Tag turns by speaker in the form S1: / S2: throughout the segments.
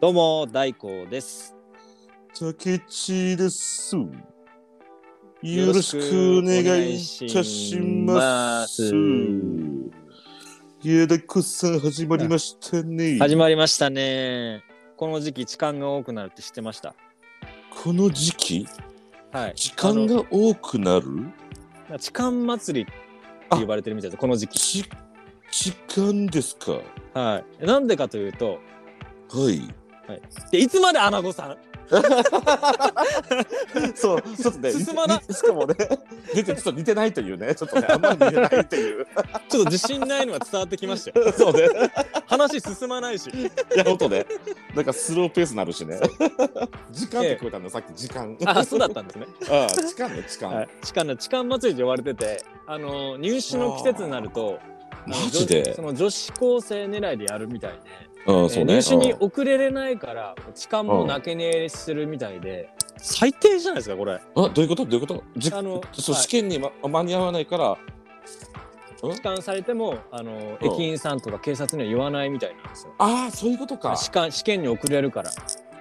S1: どうも大光です。
S2: 竹内です。よ
S1: よろ
S2: ろ
S1: し
S2: し
S1: く
S2: く
S1: お
S2: お
S1: 願
S2: 願
S1: いい
S2: いい
S1: た
S2: た
S1: し
S2: し
S1: ま
S2: ますす。家田子さん始まりましたね。
S1: 始まりましたね。この時期時間が多くなるって知ってました。
S2: この時期、
S1: はい。
S2: 時間が多くなる
S1: あの時間祭りって呼ばれてるみたいです。この時期。
S2: ち時間ですかは
S1: はい。なんでかというと、
S2: い。
S1: でいつまでアナゴさん。
S2: そう、ちょっと ね
S1: 進まな
S2: しかもね、 出てちょっと似てないというね、ちょっとね、あんまり似てないという。
S1: ちょっと自信ないのは伝わってきま したよ。
S2: そうね。
S1: 話進まないし。
S2: いや、ほんとね。なんかスローペースになるしね。時間って聞こえたんだよ、さっき時間。
S1: あ、そうだったんですね。
S2: ああ、時間ね、時間。
S1: はい。痴漢の痴漢祭りと呼ばれてて、あの入試の季節になると、
S2: マ
S1: あの
S2: ジ
S1: 女
S2: で
S1: そ。の女子高生狙いでやるみたいで。
S2: うん、
S1: えー入試に遅れれないから痴漢も
S2: うん
S1: 泣け寝入れするみたいで最低じゃないですかこれ
S2: あ、どういうこと、どういうこと。じ
S1: あの
S2: そう、
S1: はい
S2: 試験に、ま、間に合わないから。
S1: 痴漢されてもあの
S2: うん
S1: 駅員さんとか警察には言わないみたいなんですよ
S2: ああ、そういうことか。
S1: 試験試験に遅れるから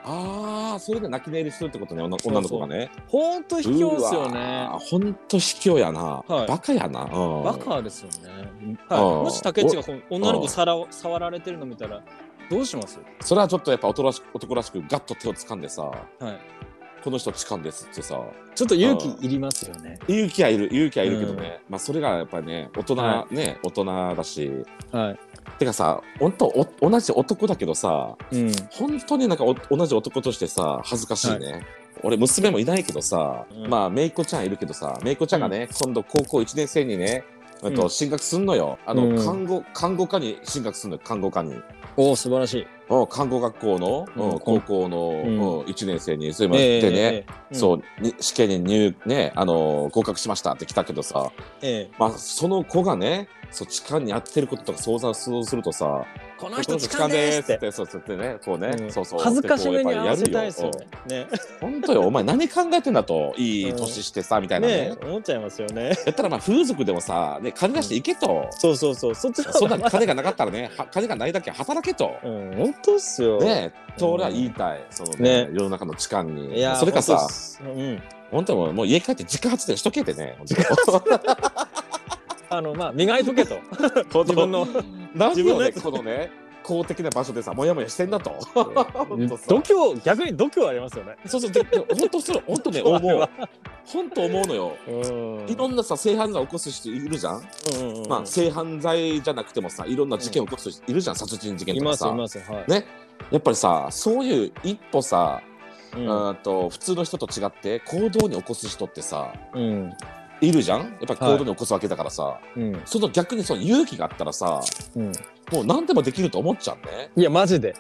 S2: ああ、それで泣き寝入りするってことね、女女の子がね。
S1: ほんと卑怯っすよね
S2: あ、本当卑怯やな。
S1: はい
S2: バカやな。うん
S1: バ。カですよね、はい、
S2: うん
S1: もし竹内がこの女の子さらを触られてるの見たらどうします
S2: それはちょっとやっぱ、おとらしく、男らしく、ガッと手を掴んでさ。
S1: はい
S2: この人痴漢ですってさ。
S1: ちょっと勇気いりますよね
S2: 勇気はいる、勇気はいるけどね。まあ、それがやっぱりね、大人、
S1: は
S2: ね、大人だし。
S1: は
S2: てかさ、本当、お、同じ男だけどさ。
S1: い、うん、
S2: 本当になんかお同じ男としてさ恥ずかしいね、俺娘もいないけどさ、
S1: うん
S2: まあめいっ子ちゃんいるけどさめいっ子ちゃんがね、今度高校1年生にねえっ
S1: う
S2: と
S1: ん
S2: 進学すんのよあの、
S1: うん
S2: 看護看護科に進学すんのよ看護科に、
S1: おお素晴らしい
S2: うん、看護学校の、
S1: うん
S2: うん高校の、
S1: うん
S2: うん1年生にそれもやってね、
S1: う
S2: そうに試験に入ねあの合格しましたって来たけどさ、
S1: ええ
S2: まあ、その子がねそう痴漢にやってることとか想像想像するとさ
S1: こ
S2: こ
S1: の人痴漢ですって
S2: ってそうそうってねこうね、
S1: うん
S2: そうそう
S1: 恥ずかしめに合わせたいで
S2: です
S1: よねね
S2: 本当よお前何考えてんだといい年してさ、みたいなね
S1: ねえ思っちゃいますよね
S2: やったらまあ風俗でもさ、ね、金出していけと、
S1: そうそうそう そっちの
S2: そ
S1: 方
S2: ん
S1: が
S2: な
S1: まだ
S2: 金がなかったらねは金がないだけ働けと、
S1: うん本当っすよ
S2: ねと俺は
S1: うん
S2: 言いたいそのね
S1: ね
S2: 世の中の痴漢に
S1: いや
S2: それか
S1: 本当
S2: さ
S1: っすうん
S2: 本当にもうもう家帰って自家発電しとけてね
S1: あのまあ磨いとけ と
S2: 本
S1: 自
S2: 当
S1: 分の自
S2: 何
S1: 分
S2: を
S1: のや
S2: ね
S1: つ
S2: このね公的な場所でさモヤモヤしてん だと本当さ
S1: 度胸逆に度胸ありますよね
S2: そうそうでで本当それ本 当ね思
S1: あれ
S2: う
S1: は
S2: 本当思うのよ
S1: うん
S2: いろんなさ性犯罪を起こす人いるじゃん、
S1: うんうんうん
S2: まあ、性犯罪じゃなくてもさいろんな事件を起こす人いるじゃん、殺人事件
S1: い
S2: と
S1: ま
S2: か
S1: す
S2: さ
S1: いますはい
S2: ねやっぱりさそういう一歩さ、
S1: う
S2: うんん、と普通の人と違って行動に起こす人ってさ
S1: うん
S2: いるじゃんやっぱり行動に起こすわけだからさ、
S1: うん
S2: その逆にその勇気があったらさ
S1: うん
S2: もう何でもできると思っちゃうね
S1: いやマジで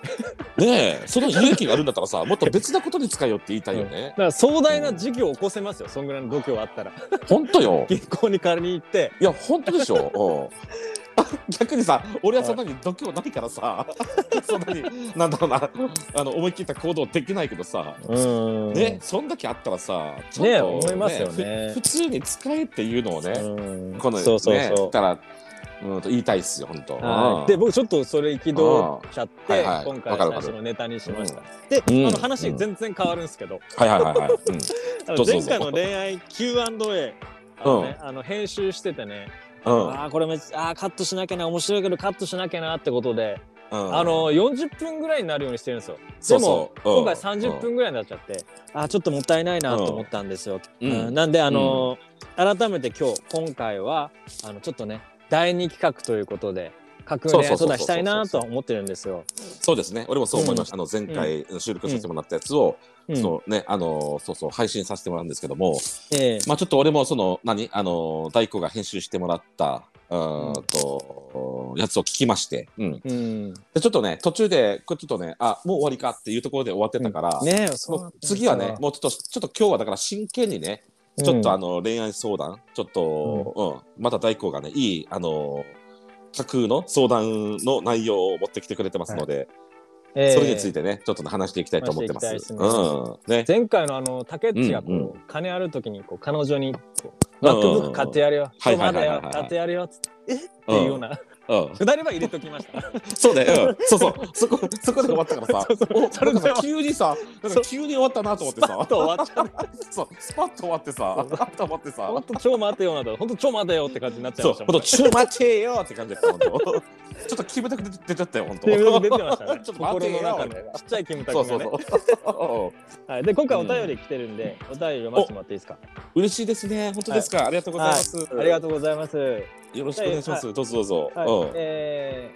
S2: ねえその勇気があるんだったらさもっと別なことに使えよって言いたいよね
S1: だ、から壮大な事業を起こせますよそんぐらいの度胸あったら
S2: ほん とよ
S1: 銀行に借りに行って
S2: いや本当でし ょ。うん、逆にさ、俺はそんなに度胸ないからさ、 そんなになんだろうな、あの思い切った行動できないけどさ。
S1: うん
S2: ね、そんだけあったらさ、ちょっと
S1: ね思いますよね
S2: ふ普通に使えっていうのをね、
S1: うん
S2: この
S1: そうそう
S2: ね
S1: そ
S2: だ
S1: う
S2: から、うんと言いたいっすよ本当。
S1: は
S2: うん
S1: い、で僕ちょっとそれ憤っちゃって、
S2: うんはいはい
S1: 今回最
S2: わかるわかる
S1: 初のネタにしました。
S2: うん
S1: で、あの話全然変わるんですけど、
S2: はいはいはいはい。うん
S1: あ
S2: ど
S1: の
S2: うぞ
S1: 前回の恋愛 Q&A あの,、ねあの編集しててね、
S2: うん
S1: ああこれめっちゃあーカットしなきゃな面白いけどカットしなきゃなってことで、
S2: うん
S1: あの40分ぐらいになるようにしてるんですよ。
S2: そ
S1: で
S2: う
S1: も
S2: そううん
S1: 今回30分ぐらいになっちゃって、あーちょっともったいないなと思ったんですよ。
S2: うん
S1: うんなんであの改めて今日今回はあのちょっとね第二企画ということで。架空恋愛相談したいなとは思ってるんですよ。
S2: そうですね。俺もそう思いました。あの前回収録させてもらったやつを、
S1: うん
S2: そうね、あのそうそう配信させてもらうんですけども、
S1: ええ
S2: まあちょっと俺もその何あの大工が編集してもらったうーんと、やつを聞きまして、うん、
S1: うん。
S2: でちょっとね途中でこれちょっとねあもう終わりかっていうところで終わってたから、
S1: ねえ、そ
S2: もう次はねもうちょっとちょっと今日はだから真剣にねちょっとあ
S1: の、
S2: の、恋愛相談ちょっと、うんまた大工がねいいあの架空の相談の内容を持ってきてくれてますので、それについ
S1: て。
S2: てねちょっとね話していきたいと思ってます。
S1: 話していきたいです
S2: うんね、
S1: 前回のあの、竹内がこう、
S2: うんう
S1: 金ある時にこう、彼女にこう、
S2: うんうん
S1: MacBook 買ってやるよ。
S2: はい
S1: 人
S2: はい
S1: ま
S2: は
S1: だ
S2: いはいはい
S1: よ。買ってやるよ。つってえっていうような
S2: うん、
S1: 下りは入れときました。
S2: そうだよ、うん、そうそうそこそこで終わったからさ
S1: そうそう
S2: お
S1: それで
S2: なんかさ急にさなんか急に終わったなと思って
S1: スパッ
S2: さ
S1: と終わっちゃう。
S2: そうスパッと終わってさあ
S1: そう
S2: っと思ってさ
S1: 本当超待てよなと、本当超待てよって感じになっちゃい
S2: そう
S1: ました
S2: ほん
S1: もんね。
S2: とちょっと待てよって感じだったほんとちょっとキムタク出出ちゃったよほんと
S1: っていうのが出てましたね
S2: 。ちょっと待
S1: 心
S2: て
S1: の
S2: よ
S1: 中でちっちゃいキムタク
S2: そ
S1: が
S2: う
S1: ね。
S2: そうそう
S1: はい。で今回お便り来てるんで、お便り読ませてもらっていいですか。
S2: 嬉しいですね本当ですか、ありがとうございます、
S1: ありがとうございます。はい。
S2: よろしくお願いします、どうぞどうぞ、うん
S1: え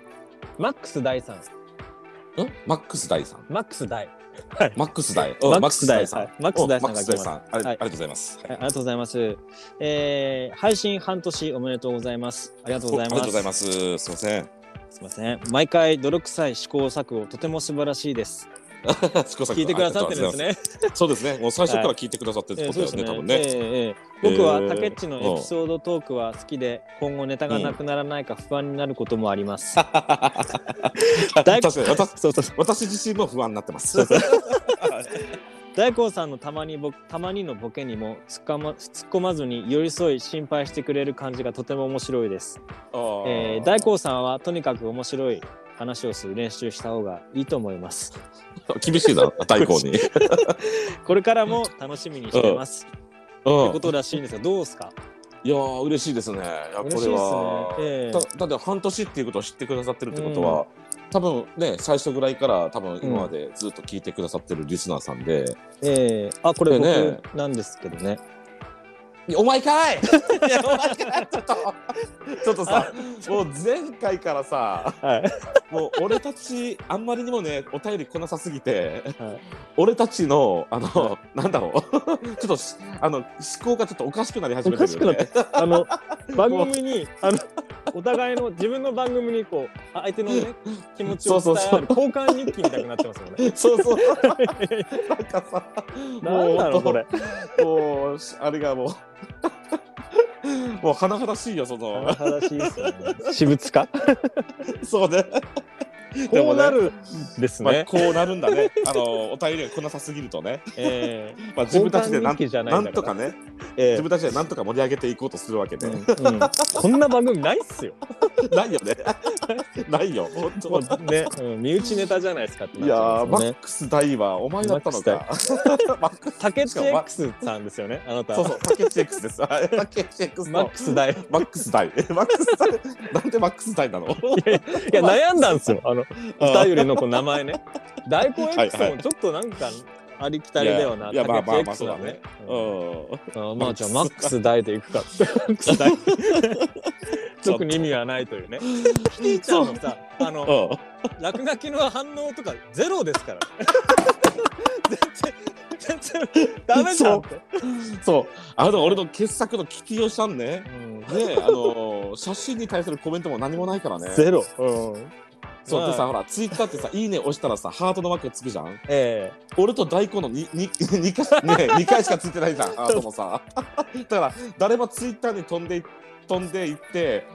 S1: ー、マックス大さん、
S2: うんマックス大さん
S1: マックス大。
S2: マックス大うん
S1: マックス大さん
S2: マックス大さん
S1: マッ
S2: マッ
S1: ク
S2: ク
S1: ス大さ
S2: ス大さ
S1: ん
S2: んありあり
S1: はい
S2: がとうございます
S1: はいありがとうございます。えー、配信半年おめでとうございます。ありがとうござい
S2: ありが
S1: ま
S2: とうご
S1: す。
S2: ざいます。すみません。
S1: すみません。毎回泥臭い試行錯誤とても素晴らしいです。聞
S2: 聞
S1: いてくださってるんです。ね。
S2: そうですね。もう最初から聞いてくださってる
S1: え
S2: って
S1: ー
S2: こと
S1: そう
S2: だ
S1: で
S2: よ
S1: す
S2: ね、
S1: ね。
S2: 多
S1: え
S2: 分ね。
S1: ーえー僕は
S2: えー
S1: タケッチのエピソードトークは好きで、今後ネタがなくならないか不安になることもあります。大
S2: 確かに私
S1: そうそうそう
S2: 私自身も不安になってます。
S1: 大光さんのたまにぼたまにのボケにも突っかま突っ込まずに寄り添い心配してくれる感じがとても面白いです。えー、大光さんはとにかく面白い話をする練習した方がいいと思います。
S2: 厳しいだろ、 大根に。
S1: これからも楽しみにしてます。って
S2: う
S1: こ
S2: ん
S1: とらしいんですが、どうですか
S2: いやー嬉しいですね。いやこれ
S1: 嬉しいですね
S2: は。。
S1: え
S2: だ
S1: え
S2: だって半年っていうことを知ってくださってるってことは、多分ね最初ぐらいから多分今までずっと聞いてくださってるリスナーさんで、
S1: ええあ、これ
S2: でね
S1: 僕なんですけどね。
S2: いやお前 かいいやお前か いちょっとちょっとさもう前回からさ
S1: はい。
S2: もう俺たちあんまりにもねお便り来なさすぎて、
S1: はい
S2: 俺たちのあのなん だろうちょっとしあの思考がちょっとおかしくなり始めてるよ
S1: おか
S2: ね。
S1: あ の、番組に、あの、お互いの自分の番組にこう、あ相手のね、気持ちを伝え合う交換日記みたいになってますよ ね。
S2: そうそうなんかさ
S1: なんだろう、これ。
S2: もうしあれがもうもう甚だしいよその
S1: 話しいですよね。私物化
S2: そうねで
S1: こ
S2: もね
S1: うなるです
S2: まあ、
S1: ね。
S2: こうなるんだねあのお便りが来なさすぎるとね、
S1: ええ
S2: まあ、自分たちで
S1: 交換
S2: なん
S1: 日記じゃない
S2: なん
S1: だ
S2: ん
S1: か
S2: と
S1: ら
S2: かね
S1: ええ
S2: 自分たちでなんとか盛り上げていこうとするわけで、
S1: うんうんこんな番組ないっすよ。
S2: ないよ ねないよ本当
S1: もうね、うん身内ネタじゃないですかって
S2: いや
S1: なっ
S2: ー、
S1: ちゃ
S2: マ
S1: うんですよ
S2: ッ
S1: ね。
S2: クス大はお前だったのか。 マックス
S1: タケチ
S2: しかも
S1: X さんですよね、あなた。
S2: そうそう、タケチ X です。はいタケチ X
S1: マッ
S2: の
S1: クス大。い
S2: マックス大。マックス大。なんでマックス大なの
S1: や、悩んだんですよ。あの、
S2: あ
S1: お
S2: ー
S1: 便りのこう名前ね。大根エクソ
S2: はい
S1: ン、ちょっとなんかありきたりだよな。
S2: いやいやまあまあ
S1: 竹内エクソンはね。
S2: うん
S1: うんあまあじゃあマックス大でいくか。マックス大。 特に意味はないという ね。キティちゃんのさ、あの
S2: うん
S1: 落書きの反応とかゼロです から。全然全然ダメじゃんって。
S2: そう、あの俺の傑作のキティオシャンね。ね、あの写真に対するコメントも何もないからね。
S1: ゼロ。うん
S2: そうで
S1: まあ
S2: さ、ほら、ツイッターってさ、いいね押したらさ、ハートのマークつくじゃん。
S1: え
S2: 俺と大根のにに二回ね二回しかついてないじゃん。あそのさ。だから誰もツイッターに飛んでい飛んでいって
S1: え。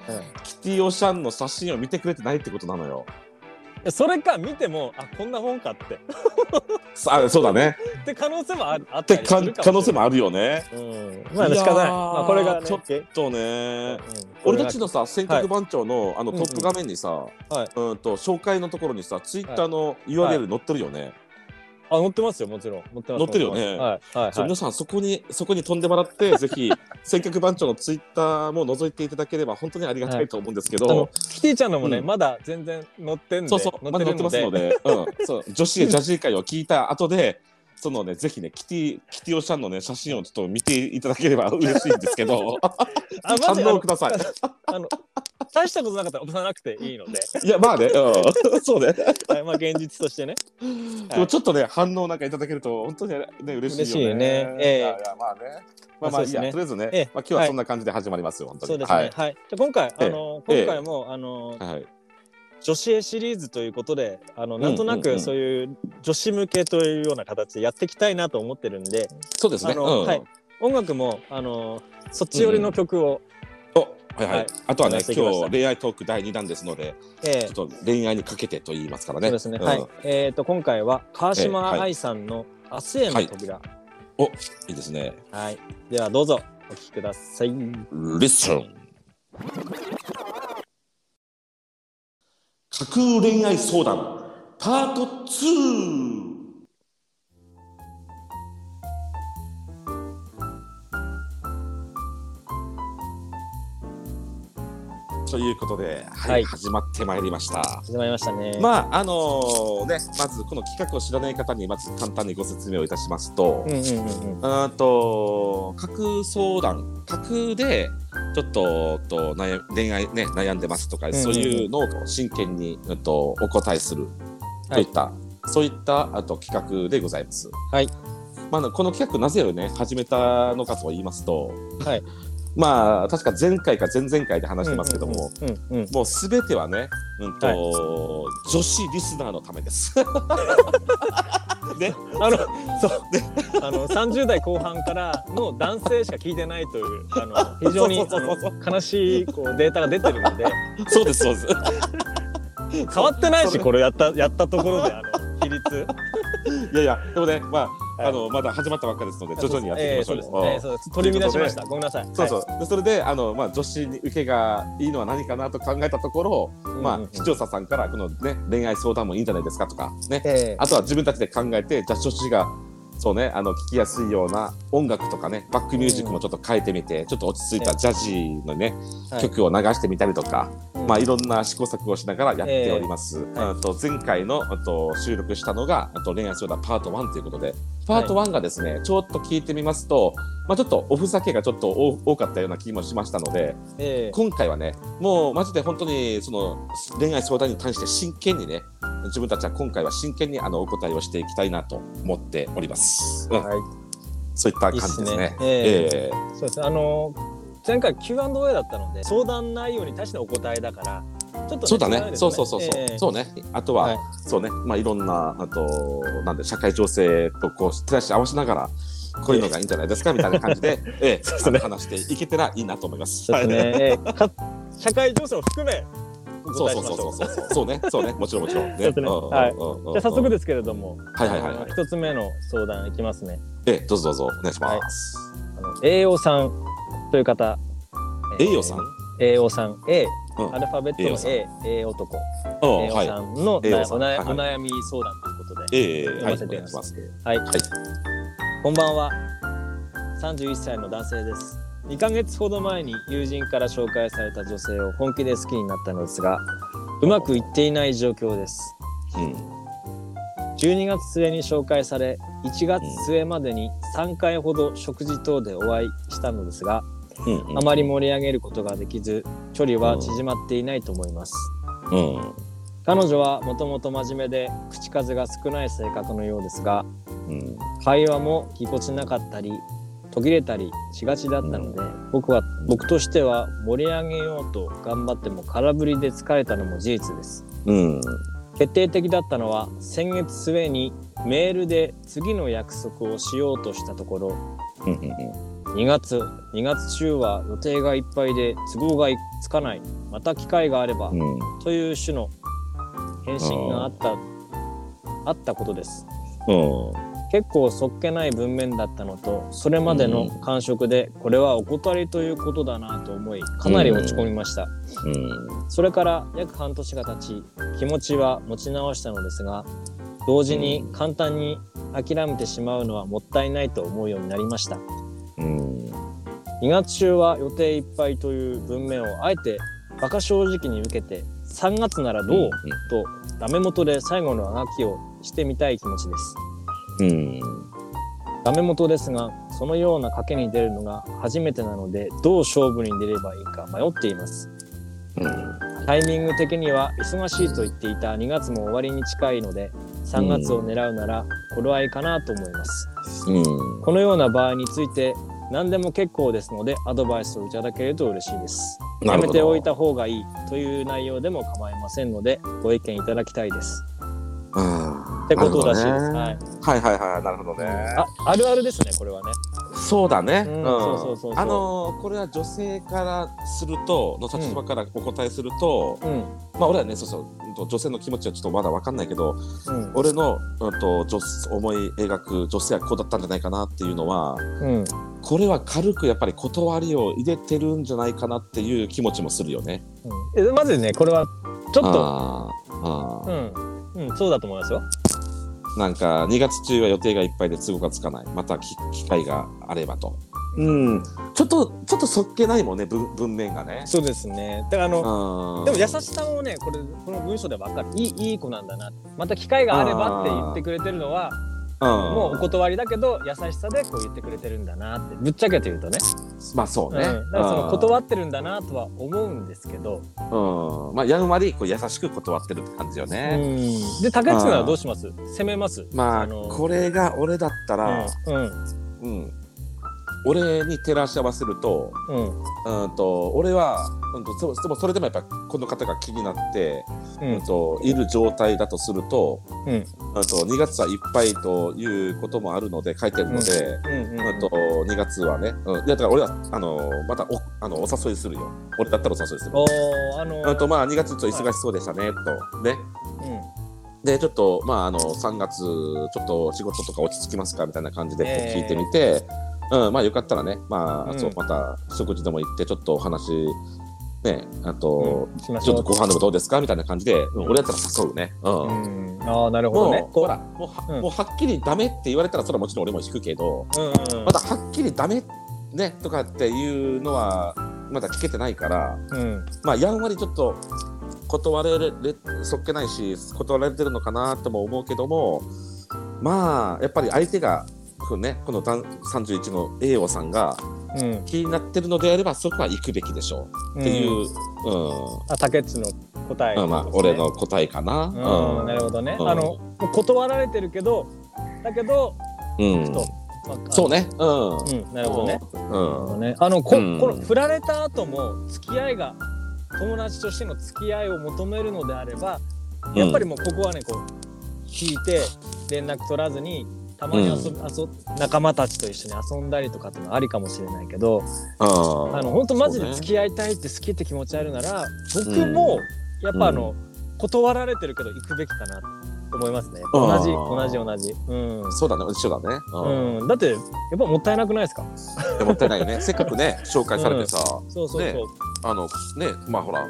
S2: キティオシャンの写真を見てくれてないってことなのよ。
S1: うんそれか見てもあこんな本かってっ
S2: さあそうだね。
S1: て可能性もあるあっ
S2: って
S1: た
S2: か
S1: りするか
S2: 可能
S1: しれ
S2: 性
S1: ない
S2: もあるよね。
S1: うんまあね仕方ない
S2: いやー
S1: まあこれがね
S2: ちょっと
S1: うん
S2: ね。
S1: これ
S2: 俺
S1: が
S2: たちのさ選択番長の、あの
S1: うん
S2: トップ画面にさ、
S1: はいう
S2: ーんと紹介のところにさツイッターの URL 載ってるよね。
S1: あ乗ってますよもちろん乗ってます
S2: 載ってるよね
S1: はいはい
S2: そう
S1: はい
S2: 皆さんそこにそこに飛んでもらってぜ ひ選択番長のツイッターも覗いていただければ本当にありがたいと思うんですけど。
S1: あのキティちゃんのもね
S2: うん
S1: まだ全然乗ってんで
S2: そうそう、まだ
S1: 乗
S2: 載
S1: っ
S2: ってて
S1: るの
S2: ますの
S1: で
S2: で、うん、そう女子へジャジー会を聞いた後で、そのね、ぜひね、キティ、キティオシャンのね、写真をちょっと見ていただければ嬉しいんです けど、
S1: あマジ
S2: 反
S1: あ
S2: 応
S1: の
S2: くださ
S1: あの大したことなかったら押さなくていいので
S2: い。いや、まあ ね、うん、そうね。
S1: はいまあ現実としてね
S2: でもちょっとね、反応なんかいただけると、本当にね、嬉しい
S1: 嬉し
S2: よね。
S1: いねええ
S2: いやいやまあね。 ま
S1: ま
S2: あま
S1: あ
S2: あ、
S1: そうです
S2: い
S1: ね
S2: や、とりあえずね、
S1: ええ
S2: まあ今日はそんな感じで始まりますよ、本当に。
S1: そうですねはいじゃあ今回
S2: え
S1: あの今回もあの
S2: はい。はい。
S1: 女子絵シリーズということであの
S2: ん
S1: なんとな
S2: うんう
S1: く
S2: ん
S1: そういう女子向けというような形でやっていきたいなと思ってるんで
S2: そうですね。
S1: あ
S2: うん。
S1: のはい音楽もあのそっち寄りの曲を
S2: おはいはい、
S1: はい
S2: あとはね
S1: 話していきま
S2: 今
S1: した
S2: 日恋愛トーク第2弾ですので
S1: ええ
S2: ちょっと恋愛にかけてと言いますから
S1: そ
S2: ね
S1: うですね。
S2: ん
S1: はい。えっと今回は川島
S2: ええはい
S1: 愛さんの明日への扉。
S2: いいですね
S1: はい。ではどうぞお聞きください。
S2: Listen 架空恋愛相談パート2ということで、はい、
S1: はい
S2: 始まってまいりました。
S1: 始まりましたね。
S2: まああのねまずこの企画を知らない方にまず簡単にご説明をいたしますと
S1: う、んうんうんうん。
S2: あーと架空相談架空でちょっとと悩恋愛ね悩んでますとか、
S1: んうん
S2: そういうのを真剣にうんとお答えする
S1: はい
S2: といった、そういったあと企画でございます。
S1: はい。
S2: まああのこの企画なぜをね始めたのかと言いますと、
S1: はい。
S2: まあ確か前回か前々回で話してますけども。
S1: うんうんうん。うんうん。
S2: もうすべてはね、うんと、女子リスナーのため です。ね、
S1: あの、そう。あの、三十代後半からの男性しか聞いてないという、あの、非常に、
S2: そうそうそう
S1: あの悲しい、こう、データが出てるので。
S2: そうです、そうです。
S1: 変わってない
S2: そ
S1: し、
S2: れ
S1: これやった、やったところで、あの、比率。
S2: いやいや、でもね、まあ、
S1: はい
S2: あの、まだ始まったばっかですので、徐々にやっていきましょ
S1: ええそう
S2: う
S1: ですね。ええそうです。取り乱しました。ごめんなさい。
S2: そうそう、でそれであの、まあ、女子に受けがいいのは何かなと考えたところ、
S1: はい
S2: ま
S1: うんうん
S2: あ、視聴者さんからこの、ね、恋愛相談もいいんじゃないですかとか、ね
S1: ええ
S2: あとは自分たちで考えてじゃあ女子がそう、ね、あの聞きやすいような音楽とかねバックミュージックもちょっと変えてみて、ちょっと落ち着いたジャジーの、ね
S1: はい
S2: 曲を流してみたりとか、
S1: うん
S2: まあ、いろんな試行錯誤をしながらやっております。
S1: えはい
S2: あと前回のあと収録したのがあと恋愛相談パート1ということでパート1がですね、ちょっと聞いてみますと、まあ、ちょっとおふざけがちょっと多多かったような気もしましたので
S1: ええ
S2: 今回はねもうマジで本当にその恋愛相談に対して真剣にね自分たちは今回は真剣にあのお答えをしていきたいなと思っております。うん
S1: はい。
S2: そういった感じです
S1: いいっ
S2: ね
S1: すね。え
S2: え
S1: そうですね。あの前回 Q&A だったので相談内容に対してのお答えだからちょっと、
S2: そうだ
S1: 違ん
S2: ね。
S1: です
S2: そうそうそうそう。
S1: ええ
S2: そうね。あとは、
S1: はい
S2: そうね。まあいろんなあとなんで社会情勢とこう照らし合わせながら。こういうのがいいんじゃないですかみたいな感じで、ええ、あの話していけたらいいなと思います。
S1: そうです
S2: はい
S1: ね。ええか社会情勢を含めお
S2: そう
S1: 答えし
S2: そう
S1: ま
S2: そ
S1: し
S2: う
S1: ょ
S2: そう
S1: う。
S2: そうそうそうねそうねもちろんもちろん
S1: そうですねはい
S2: じ
S1: じゃあ早速ですけれども、
S2: はいはいはいはい
S1: あの一つ目の相談いきますね。
S2: ええどうぞどうぞお願いします
S1: あの栄養さんという方。
S2: 栄養さん
S1: 栄養さん A、
S2: うん
S1: アルファベット
S2: 栄養さん
S1: の A 栄養男
S2: うん
S1: 栄養
S2: はい
S1: さんの、
S2: 栄養さん
S1: おなやお
S2: はい
S1: 悩み相談ということで。
S2: ええ
S1: 読
S2: はい
S1: ま
S2: お
S1: せて
S2: 願いします
S1: はい、
S2: はい
S1: こんばんは31歳の男性です2ヶ月ほど前に友人から紹介された女性を本気で好きになったのですがうまくいっていない状況です
S2: うん
S1: 12月末に紹介され1月末までに3回ほど食事等でお会いしたのですが
S2: うんうん
S1: あまり盛り上げることができず距離は縮まっていないと思います
S2: うん
S1: 彼女はもともと真面目で口数が少ない性格のようですが
S2: うん
S1: 会話もぎこちなかったり途切れたりしがちだったので、僕は僕としては盛り上げようと頑張っても空振りで疲れたのも事実です
S2: うん
S1: 決定的だったのは先月末にメールで次の約束をしようとしたところ
S2: うんうんうん
S1: 2月2月中は予定がいっぱいで都合がつかないまた機会があれば
S2: うん
S1: という種の返信があったあったことです
S2: うん
S1: 結構そっけない文面だったのとそれまでの感触でこれはお断りということだなと思いかなり落ち込みました、
S2: うん
S1: それから約半年が経ち気持ちは持ち直したのですが同時に簡単に諦めてしまうのはもったいないと思うようになりました
S2: うん
S1: 2月中は予定いっぱいという文面をあえて馬鹿正直に受けて3月ならどう、とダメ元で最後のあがきをしてみたい気持ちです
S2: うん
S1: ダメ元ですがそのような賭けに出るのが初めてなのでどう勝負に出ればいいか迷っています
S2: うん
S1: タイミング的には忙しいと言っていた2月も終わりに近いので3月を狙うなら頃合いかなと思います
S2: うん
S1: このような場合について何でも結構ですのでアドバイスをいただけると嬉しいです
S2: な
S1: や
S2: る
S1: め
S2: ほ
S1: て
S2: ど
S1: おいた方がいいという内容でも構いませんのでご意見いただきたいです
S2: うん
S1: ってことらしいです、
S2: な
S1: は
S2: る
S1: い、
S2: ほどねはいはいはいなるほどね
S1: ああるあるですねこれはね
S2: そうだね。
S1: う
S2: うんん
S1: そうそうそうそう
S2: あのーこれは女性からするとの立場からお答えすると、
S1: うん
S2: まあ俺はねそうそううんと女性の気持ちはちょっとまだわかんないけど、
S1: うん
S2: 俺のうんと女思い描く女性はこうだったんじゃないかなっていうのは、
S1: うん
S2: これは軽くやっぱり断りを入れてるんじゃないかなっていう気持ちもするよね。
S1: うんえまずねこれはちょっと
S2: あーあ
S1: う
S2: ー
S1: ん、うん、そうだと思いますよ。
S2: なんか2月中は予定がいっぱいで都合がつかないまたき機会があればとうんちょっとちょっとそっけないもんね文文面がね
S1: そうですね。だからあの、
S2: あー
S1: でも優しさもねこれこの文章でわかるいいいい子なんだなまた機会があればって言ってくれてるのは
S2: うん
S1: もうお断りだけど優しさでこう言ってくれてるんだなってぶっちゃけて言うとね、
S2: まあそう
S1: うん、
S2: ね、
S1: だからその
S2: うん
S1: 断ってるんだなとは思うんですけど、
S2: うん、まあ、やんわりこう優しく断ってるって感じよ
S1: う
S2: ね。
S1: ん、で竹内君はどうします攻めます
S2: まあ、
S1: あの
S2: これが俺だったら、
S1: うんうん
S2: うん、俺に照らし合わせると、
S1: うん
S2: うんと、俺は、うんと、そ、そそれでもやっぱ、この方が気になって、
S1: う
S2: うんんと、いる状態だとすると。
S1: うん
S2: うんと、2月はいっぱいということもあるので、書いてるので。
S1: うん
S2: うんと2月はね、うん、いやだから俺はあのまたおあのお誘いするよ俺だったらお誘いする
S1: おーあの
S2: うんとまあ2月ちょっと忙しそうでしたね、とね
S1: う
S2: でちょっとまああの3月ちょっと仕事とか落ち着きますかみたいな感じで
S1: ええ
S2: 聞いてみて、うん、まあよかったらねまあ、
S1: うん
S2: そうまた食事でも行ってちょっとお話ねあと、
S1: んしまし
S2: ちょ
S1: ょ
S2: っ
S1: う
S2: とご飯でもどうですかみたいな感じで、うん
S1: うん
S2: 俺だったら誘うね、う
S1: う
S2: ん
S1: んああなるほ
S2: もう
S1: どね
S2: ほらもうは、
S1: うん
S2: もうはっきりダメって言われたらそれはもちろん俺も引くけど
S1: うんうん
S2: まだはっきりダメねとかっていうのはまだ聞けてないから
S1: うん
S2: まあやんわりちょっと断れれそっけないし断られてるのかなとも思うけどもまあやっぱり相手がこのねこの男31の栄養さんが
S1: うん
S2: 気になってるのであればそこは行くべきでしょうっていう、うん
S1: あ竹内の答え
S2: まあまあ俺の答えかな。う
S1: うん、なるほどね、
S2: うん
S1: あのもう断られてるけどだけど、
S2: うん
S1: ふとまあ
S2: そうね、うん、
S1: うんなるほどね,、
S2: うん、
S1: ねあのこ
S2: うん
S1: この振られた後も付き合いが友達としての付き合いを求めるのであればやっぱりもうここはねこう聞いて連絡取らずにたまに遊ぶ、遊仲間たちと一緒に遊んだりとかっていうのはありかもしれないけど
S2: うん、
S1: あの本当マジ
S2: そう
S1: で
S2: ね
S1: 付き合いたいって好きって気持ちあるなら僕もやっぱあの、断られてるけど行くべきかなと思いますね
S2: あ
S1: 同じ同じ
S2: ー
S1: 同じうん、
S2: そうだね一緒だね、うん
S1: うん、だってやっぱもったいなくないですか
S2: いやもったいないよ ねせっかくね紹介されてさ、
S1: そうそうそう、
S2: ねあのねまあほらと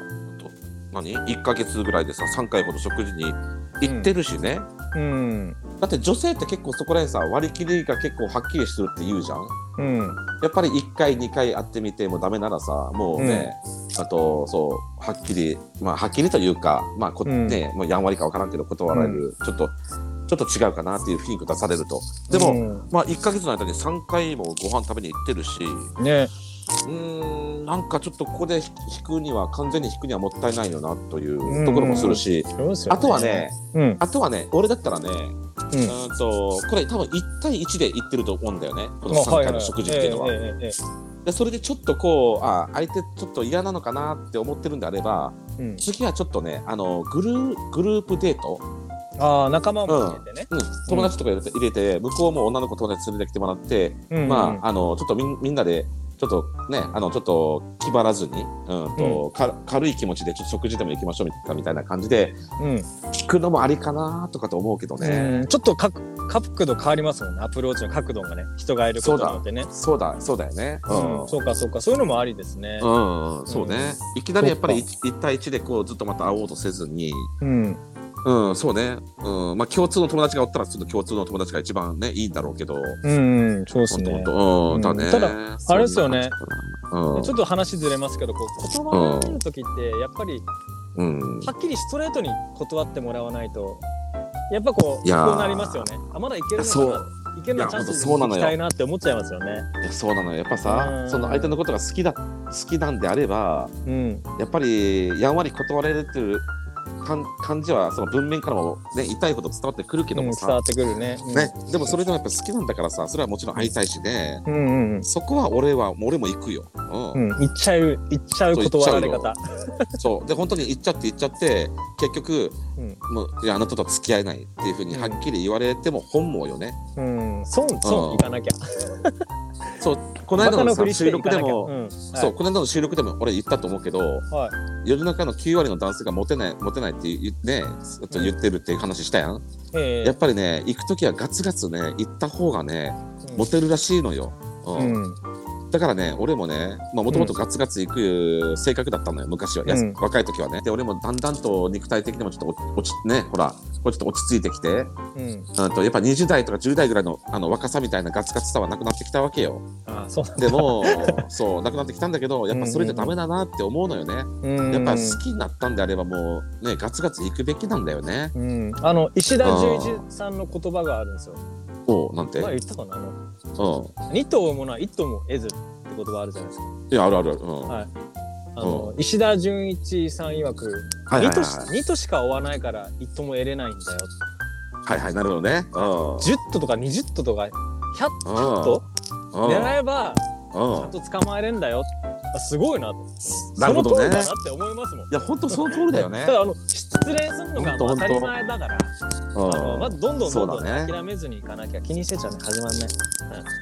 S2: 何1か月ぐらいでさ3回ほど食事に行ってるしね、
S1: うん
S2: だって女性って結構そこらへんさ割り切りが結構はっきりしてるって言うじゃん
S1: うん
S2: やっぱり1回2回会ってみてもダメならさもうね、あとそうはっきりまあはっきりというかまあこ、
S1: うん
S2: ねもうやんわりかわからんけど断られる、ちょっとちょっと違うかなっていう雰囲気を出されるとでも、まあ1か月の間に3回もご飯食べに行ってるし
S1: うんね
S2: うーんなんかちょっとここで引くには完全に引くにはもったいないよなとい
S1: うん
S2: うところもするし、
S1: そうですよ
S2: あとはね
S1: うん
S2: あとはね俺だったらね、
S1: う
S2: うんーんとこれ多分1対1で言ってると思うんだよねこの
S1: まあ
S2: 3
S1: い
S2: 回の食事っていうのは。
S1: えええええ
S2: でそれでちょっとこうあ相手ちょっと嫌なのかなって思ってるんであれば
S1: えうん
S2: 次はちょっとねあのグルーグループデート、
S1: ああ仲間も入れてね、
S2: うん、友達とか入れて入れて向こうも女の子友達連れてきてもらって
S1: うん
S2: まあ、あのちょっとみんみんなでちょっとねあのちょっと気張らずに、うんとか軽い気持ちでちょっと食事でも行きましょうかみたいな感じで
S1: うん
S2: 聞くのもありかなとかと思うけどね、
S1: うんちょっと角角度変わりますもんねアプローチの角度がね人がいることによってね
S2: そうだそうだよねう、
S1: うんん、そうかそうかそういうのもありですね。
S2: うんそうね、いきなりやっぱり
S1: そ
S2: 1, 対1でこうずっとまた会おうとせずに、
S1: うん、
S2: うん、そうね、うんまあ、共通の友達がおったらちょっと共通の友達が一番ねいいんだろうけど、
S1: うん、そうです
S2: 本当
S1: ね
S2: 本。当うんだね、
S1: うんただあれですよね
S2: そんな感
S1: ち
S2: じ
S1: ょ
S2: か
S1: っと話ずれますけど、こう断られる時ってやっぱり
S2: なうん、うん、
S1: はっきりストレートに断ってもらわないと、やっぱこう
S2: い
S1: 不
S2: やー
S1: 幸になりますよね。あまだいけるのか
S2: そう
S1: な、いけるの
S2: いや
S1: チャンス
S2: ほんとそうな
S1: 行
S2: の
S1: き
S2: よ
S1: たいなって思っちゃいますよね。
S2: いやそうなのよやっぱさ
S1: うん
S2: その相手のことが好きだ好きなんであれば
S1: うん、
S2: やっぱりやんわり断られるっていう感感じはその文面からも、ね、痛いこと伝わってくるけど
S1: うん
S2: も
S1: 伝わ
S2: さ
S1: っ、てくるね。うん
S2: ね、でもそれでもやっぱ好きなんだからさそれはもちろん会いたいしね
S1: うんうんうん。
S2: そこは俺は俺も行くよ、うん
S1: うん、言っちゃう、言っちゃう
S2: そう言っち
S1: 断ら
S2: ゃう
S1: れ
S2: よ
S1: 方。
S2: そうで本当に行っちゃって行っちゃって結局
S1: うん、
S2: もういやあなたとは付き合えないっていうふうにはっきり言われても本望よね、
S1: うん、損、損、行かなきゃ。
S2: そうこの間
S1: バカ
S2: の
S1: ふ
S2: さ
S1: りして
S2: 収
S1: 行
S2: 録
S1: か
S2: で
S1: なきゃ
S2: も、
S1: うん、
S2: そうこの間の収録でも俺言ったと思うけど、
S1: はい。
S2: 世の中の9割の男性がモテないモテないって言,、ね、ずっと言ってるっていう話したやん、
S1: はい、ええ
S2: やっぱりね行く時はガツガツね行った方がねモテるらしいのよ、う
S1: うんん、
S2: だからね、俺もね、もともとガツガツいく性格だったのよ、昔は、やす
S1: うん
S2: 若い時はね。で、俺もだんだんと肉体的にもちょっと落ち、落ちね、ほら、こうちょっと落ち着いてきて、
S1: うん、
S2: うんと、やっぱ20代とか10代ぐらいのあの若さみたいなガツガツさはなくなってきたわけよ。
S1: あそうなんだ
S2: で も、そう、なくなってきたんだけど、やっぱそれじゃダメだなって思うのよね。
S1: うん
S2: やっぱ好きになったんであれば、もうね、ガツガツいくべきなんだよね。
S1: うん、あの石田純一さんの言葉があるんですよ。
S2: おう、なんて。う
S1: 前
S2: ん。
S1: 言ったかなあの二頭追うものは一頭も得ずって言葉あるじゃないですか。
S2: いや、あるあるある。うん。
S1: はいあの石田純一さん曰く
S2: はい
S1: 二
S2: はい
S1: 頭
S2: は
S1: し二頭しか追わないから一頭も得れないんだよ。
S2: い。はいはい、なるほどね。うん。
S1: 十頭とか二十頭とか百頭
S2: うん。うん
S1: 狙えばちゃん
S2: う
S1: と捕まえれんだよ。あすごいなと。
S2: ん。なるほど
S1: その通り
S2: ね
S1: だ。なって思いますもん。
S2: いや、本当その通りだよね
S1: た。だあの失恋するのが
S2: ほんとほ
S1: 当
S2: んと
S1: たり前だから、あの
S2: う
S1: ま
S2: ん。
S1: ずどんどんどんどん
S2: そうだね
S1: 諦めずにいかなきゃ気にしてちゃね始まんない。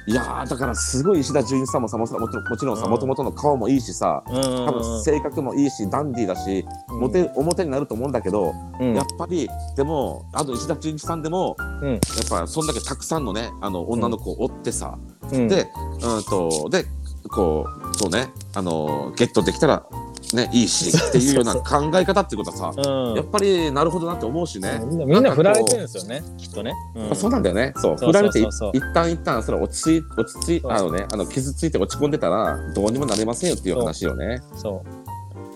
S2: いやー、だからすごい石田純一さんもさ、もちろんもちろんもちろんさ、
S1: うん
S2: もともとの顔もいいしさ、
S1: うんうん
S2: 多分性格もいいし、ダンディーだし、モテ表になると思うんだけど、
S1: うん
S2: やっぱりでもあの石田純一さんでも、
S1: うん
S2: やっぱそんだけたくさんのねあの女の子を追ってさ、
S1: うん
S2: でうんとでこうそうねあのゲットできたらねいいしっていうような
S1: そう
S2: 考え方ってことはさ、
S1: うん
S2: やっぱりなるほどなって思うしね。
S1: みんなみんな振られてるんですよねきっとね、
S2: まあそうなんだよね。そう、
S1: そうそうそう
S2: 振られてい
S1: そう
S2: 一旦一旦それ落ち着い落ち着い
S1: そう
S2: あのねあの傷ついて落ち込んでたらどうにもなれませんよっていう話よね。
S1: そ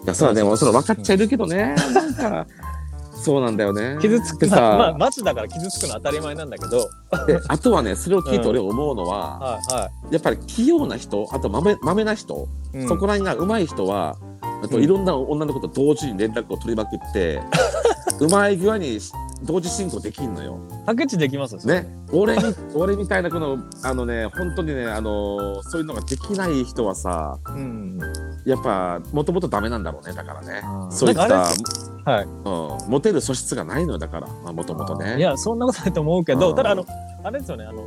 S2: いやそれはでもそれ分かっちゃいるけどね。なんかそうなんだよね
S1: う。傷つく
S2: でさ、
S1: まあ、まあ、マジだから傷つくのは当たり前なんだけど
S2: であとはねそれを聞いて俺思うのは、
S1: はいは
S2: やっぱり器用な人あとまめまめな人、
S1: い、うん
S2: そこら辺が上手い人はあと
S1: うん
S2: いろんな女の子と同時に連絡を取りま くって、うまい具合に同時進行できんのよ。
S1: 白地できますよ
S2: ね、俺み俺みたいなこのあのね本当にねあのそういうのができない人はさ
S1: うん
S2: やっぱもともとダメなんだろうねだからね
S1: あー
S2: そういっ
S1: な
S2: た
S1: んかあれはい
S2: うん、モテる素質がないのよだからもともとね。
S1: いやそんなことないと思うけ
S2: う
S1: ど
S2: ん
S1: ただあのあれですよねあの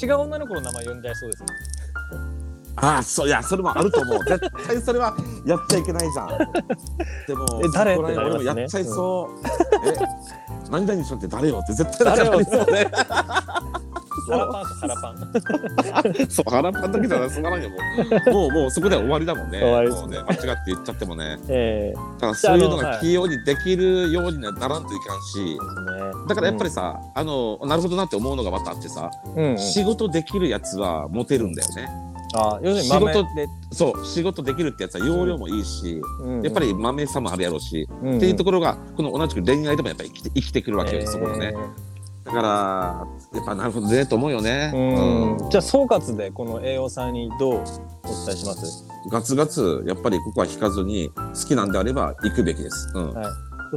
S1: 違う女の子の名前呼んじゃいそうですね
S2: ああそういやそれもあると思う絶対それはやっちゃいけないじゃんでも
S1: え誰
S2: そこ
S1: ってなります
S2: ら辺
S1: ね
S2: 俺もやっちゃいそう、え何々さんって誰よって絶対
S1: 誰
S2: な
S1: を
S2: りそうね
S1: ハラパンとハラパン
S2: そう腹っぱだけじゃすまないよもうもうもうそこで終わりだもんね
S1: 終わりです
S2: もうね間違って言っちゃってもね
S1: ええ
S2: だからそういうの
S1: じゃああのは
S2: が
S1: い
S2: 器用にできるようにならんといかんしだからやっぱりさ、あのなるほどなって思うのがまたあってさ、
S1: うん、うん
S2: 仕事できるやつはモテるんだよね
S1: あ要するに豆
S2: 仕事そう仕事できるってやつは容量もいいし、
S1: うん
S2: やっぱり豆さもあるやろうし、
S1: うん
S2: っていうと
S1: こ
S2: ころがこの同じく恋愛でもやっぱり生きて生きてくるわけよ、そこのねだからやっぱなるほどねと思うよね、
S1: うん、
S2: うん
S1: じゃあ総括でこの栄養さんにどうお伝えします
S2: ガツガツやっぱりここは引かずに好きなんであれば行くべきです、うん
S1: はい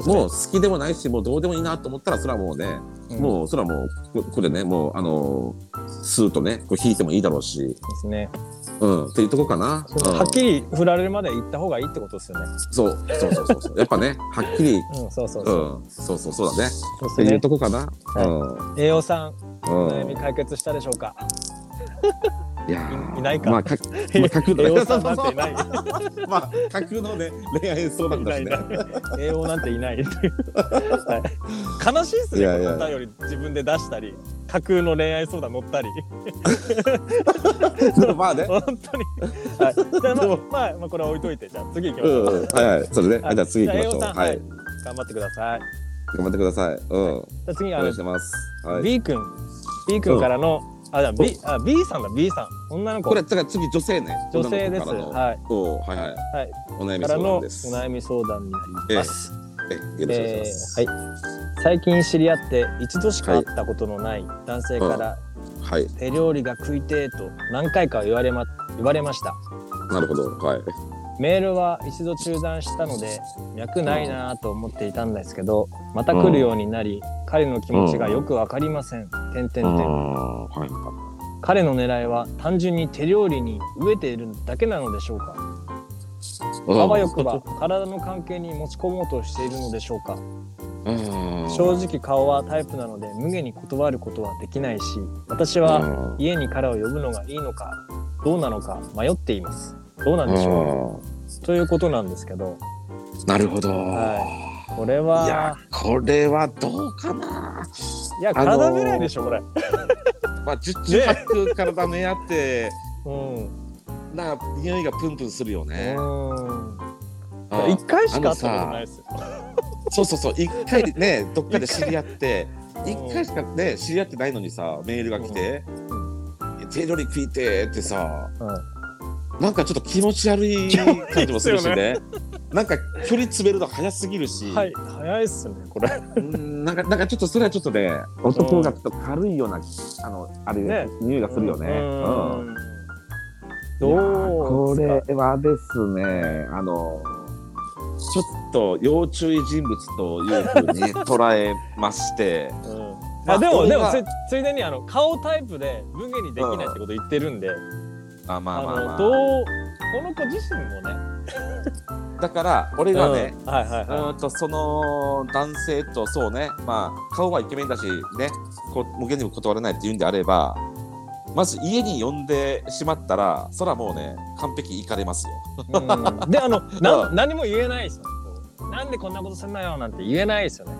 S2: もう好きでもないしもうどうでもいいなと思ったらそれはもうね、
S1: うん
S2: もうそれはもうここれねもうあのスーッとねこう引いてもいいだろうし、
S1: ですね
S2: うん、っていうとこかな、
S1: その
S2: うん
S1: はっきり振られるまで行った方がいいってことですよね
S2: そうそうそうそうそうやっぱねはっきり、
S1: うんそうそう
S2: う、
S1: そうん
S2: そうそうそうだね
S1: そう
S2: って
S1: です
S2: いう
S1: ね
S2: とこかな、
S1: はい栄養さん
S2: うんうん
S1: 悩み解決したでしょう か
S2: いやー
S1: いいないか
S2: ま あ、かまあ、架空
S1: 栄養さん
S2: の
S1: なんていない
S2: まあ、架空のね、恋愛相談
S1: い
S2: だ
S1: ない
S2: し
S1: い
S2: ね
S1: な。い 栄養なんていないはい悲しいです
S2: い
S1: ね
S2: やい
S1: こ
S2: や
S1: のお便り自分で出したり架空の恋愛相談乗ったり
S2: まあね。
S1: 本当に、はい、じゃあま
S2: で
S1: あ
S2: も
S1: まあ、まあ、これは置いといてじゃあ次行きま
S2: う
S1: しょ
S2: ん
S1: う、
S2: うん、はいはい、それね、はい、じゃあ次行きましょう。
S1: じゃあ栄養さん
S2: は
S1: はい
S2: い、
S1: 頑張ってくださいじ
S2: 頑張ってください。うん、お
S1: ゃあ次あ
S2: 願
S1: の
S2: いします。はい。
S1: B 君 B 君からの、あじゃあ B あ B さんだ B さん女の子
S2: これ、だから、次女性ね。
S1: 女性です
S2: 女の子からの
S1: はい
S2: おはいはい。
S1: はい
S2: お悩み
S1: から
S2: 相
S1: のお
S2: 談です。
S1: 悩み相談になります、
S2: え、よろしくお願いします。
S1: えーはい、最近知り合って一度しか会ったことのない男性から
S2: はい、
S1: 手料理が食いてえと何回か言われま言われました
S2: なるほど。はい。
S1: メールは一度中断したので脈ないなぁと思っていたんですけどまた来るようになり彼の気持ちがよくわかりません、点
S2: うー
S1: 々点
S2: ん、はい。は
S1: 彼の狙いは単純に手料理に飢えているだけなのでしょうか
S2: い
S1: あわよくば。体の関係に持ち込もうとしているのでしょうか
S2: うんうん。
S1: 正直顔はタイプなので無限に断ることはできないし私は
S2: は。
S1: 家に彼を呼ぶのがいいのかどうなのか迷っていますどうなんでしょ
S2: う
S1: うということなんですけど
S2: ん。なるほど。
S1: はこれ
S2: いや
S1: は、
S2: これはどうかな。
S1: いや
S2: あのー
S1: 体狙いでしょこれ
S2: まあ、十中八九体目あって、
S1: うん
S2: な匂いがプンプンするよね。
S1: うん
S2: あ
S1: 一回し
S2: あ
S1: か会
S2: の
S1: ったことないで
S2: さ
S1: すよ。
S2: そうそうそう一回 ねどっかで知り合って一回しかね知り合ってないのにさメールが来て
S1: う
S2: 「手料理食いて」ってさ
S1: うん
S2: なんかちょっと気持ち悪い感じも するしね。なんか距離詰めるの早すぎるし、
S1: はい、早いっすね、これ。
S2: うんなんかなんかちょっとそれはちょっとね男がちょっと軽いようなあのあれ、
S1: ね
S2: 匂いがするよね。うん
S1: うんどう
S2: い
S1: で
S2: や
S1: す
S2: これはですねあのちょっと要注意人物というふうに 捉えまして
S1: かうんあ
S2: まあ
S1: でも、
S2: 俺
S1: でも
S2: は
S1: つ、ついでに、あの、顔タイプで、無下にできないってこと言ってるんで、
S2: あま
S1: あ
S2: あまあま
S1: の、
S2: あ、
S1: どう、この子自身もね、
S2: だから俺がね、
S1: うんはいはいは
S2: う
S1: い。
S2: ーんとその男性とそうねまあ顔はイケメンだしねこう無限にも断れないっていうんであればまず家に呼んでしまったらそらもうね完璧いかれますよ
S1: うんであ のな
S2: うん
S1: 何も言えないですよこうなんでこんなことすんなよなんて言えないですよね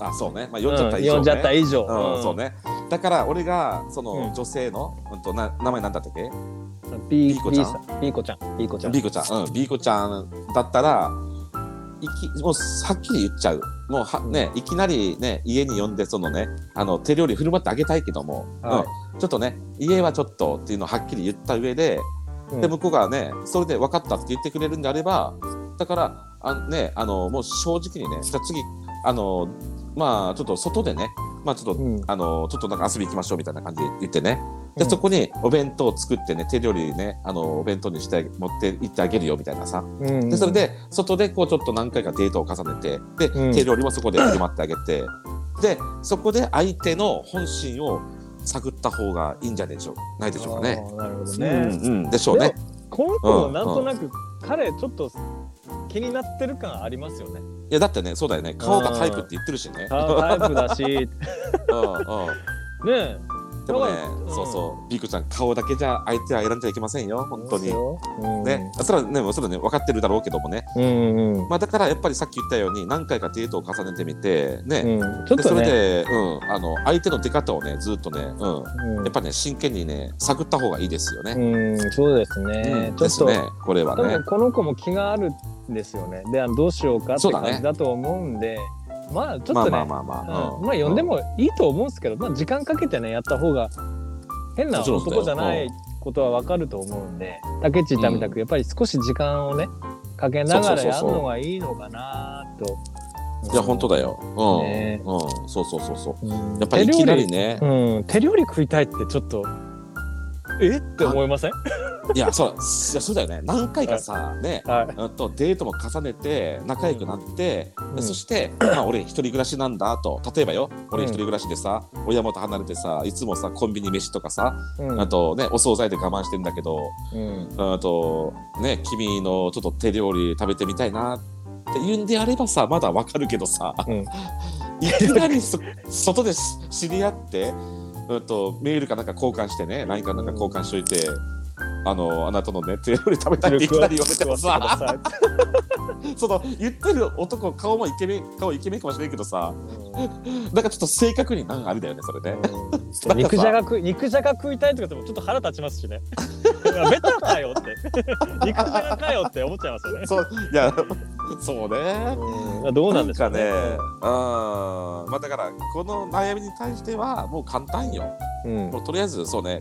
S2: あそうねまあ呼んじゃった以
S1: う
S2: 上、ね
S1: ん呼んじゃった以上
S2: うん、そうね。だから俺がそ
S1: うん
S2: の女性の、うん、とな名前なんだったっけ？
S1: ビ
S2: ビー
S1: ー
S2: コ
S1: コ
S2: ち
S1: ち
S2: ゃ
S1: ゃ
S2: ん
S1: んビーコちゃんビーコちゃん
S2: ビーコちゃん、うん、ビーコちゃんだったら、いきもうはっきり言っちゃう。もうはねいきなりね家に呼んでそのねあの手料理振る舞ってあげたいけども、
S1: は
S2: うん、ちょっとね家はちょっとっていうのをはっきり言った上で、
S1: うん
S2: で向こうがねそれで分かったって言ってくれるんであれば、だからあねあのもう正直にねじゃあ次あのまあちょっと外でねまあちょっと
S1: うん
S2: あのちょっとなんか遊び行きましょうみたいな感じで言ってねで、
S1: うん
S2: そこにお弁当を作ってね手料理ねあのお弁当にして持って行ってあげるよみたいなさ
S1: うん
S2: でそれで外でこうちょっと何回かデートを重ねてで、
S1: うん
S2: 手料理もそこで振る舞ってあげてでそこで相手の本心を探った方がいいんじゃないでしょうないでしょうかね。
S1: あーなるほど
S2: う
S1: ね
S2: んうん、でしょうね。
S1: この子はなんとなく彼ちょっと気になってる感あります よね
S2: いやだってねそうだよね顔がタイプって言ってるしね。
S1: 顔タイプだし ね
S2: うんうん
S1: え
S2: でもね
S1: うん
S2: そうそうビークちゃん顔だけじゃ相手は選んじゃいけませんよ本当に。
S1: うん
S2: ね、それはね、もうそれはね、分かってるだろうけどもね、
S1: うんうん
S2: まあ、だからやっぱりさっき言ったように、何回かデートを重ねてみて、ね、
S1: うんちょっ
S2: でそ
S1: と
S2: れ
S1: ね
S2: で、うん、あの相手の出方をね、ずっとね、うん、
S1: うん
S2: やっぱね、真剣にね、探った方がいいですよね。
S1: うんそうです
S2: う
S1: ね
S2: ん
S1: ちょ
S2: で
S1: っ
S2: す
S1: と
S2: ね、これは
S1: 多
S2: ね
S1: 分。この子も気があるんですよね。で、あのどうしようかって
S2: そうだね
S1: 感じだと思うんで、まあちょっ
S2: ま
S1: と
S2: あ
S1: ね、
S2: まあまあま
S1: うん
S2: あ、
S1: まあ呼んでもいいと思うんですけど、まあ時間かけてねやった方が変な
S2: もちろんそうだよ
S1: 男じゃないことはわかると思うんで、竹内痛みたくやっぱり少し時間をねかけながら
S2: そうそう
S1: や
S2: そ
S1: る
S2: うそう
S1: のがいいのかなと。
S2: うんいや、本当だよ。うん、
S1: ね
S2: うん、そうそうそうそう。
S1: うん。
S2: やっぱりい
S1: 手料理
S2: きなりね、
S1: うん、手料理食いたいってちょっと。えって思いません？
S2: いや、そう、いや、そうだよね、何回かさ、ね。
S1: はい。
S2: うんとデートも重ねて仲良くなって、
S1: ん
S2: でそして、まあ、俺一人暮らしなんだと例えばよ俺
S1: うん
S2: 一人暮らしでさ、親元離れてさいつもさコンビニ飯とかさ、
S1: うん
S2: あとねお惣菜で我慢してんだけど
S1: うん
S2: あとね君のちょっと手料理食べてみたいなって言うんであればさまだわかるけどさ、
S1: うん
S2: いきなりそ外でし知り合って、うん、とメールかなんか交換してね何かなんか交換しといて。あのあなたのね手料理食べたいっていきなり言われてもさ
S1: 食わせてくださ
S2: その言ってる男顔もイケメン顔イケメンかもしれんけどさ
S1: い
S2: なんかちょっと正確になんかあれだよねそれね、
S1: うん 肉じゃが食い肉じゃが食いたいとかでもちょっと腹立ちますしね。いやベタかよ って肉じゃがかよって思っちゃいますよね。
S2: そういやそうね
S1: うんどうなんです
S2: か
S1: か
S2: ね
S1: ね。
S2: あまあだからこの悩みに対してはもう簡単よ
S1: うん
S2: もうとりあえずそうね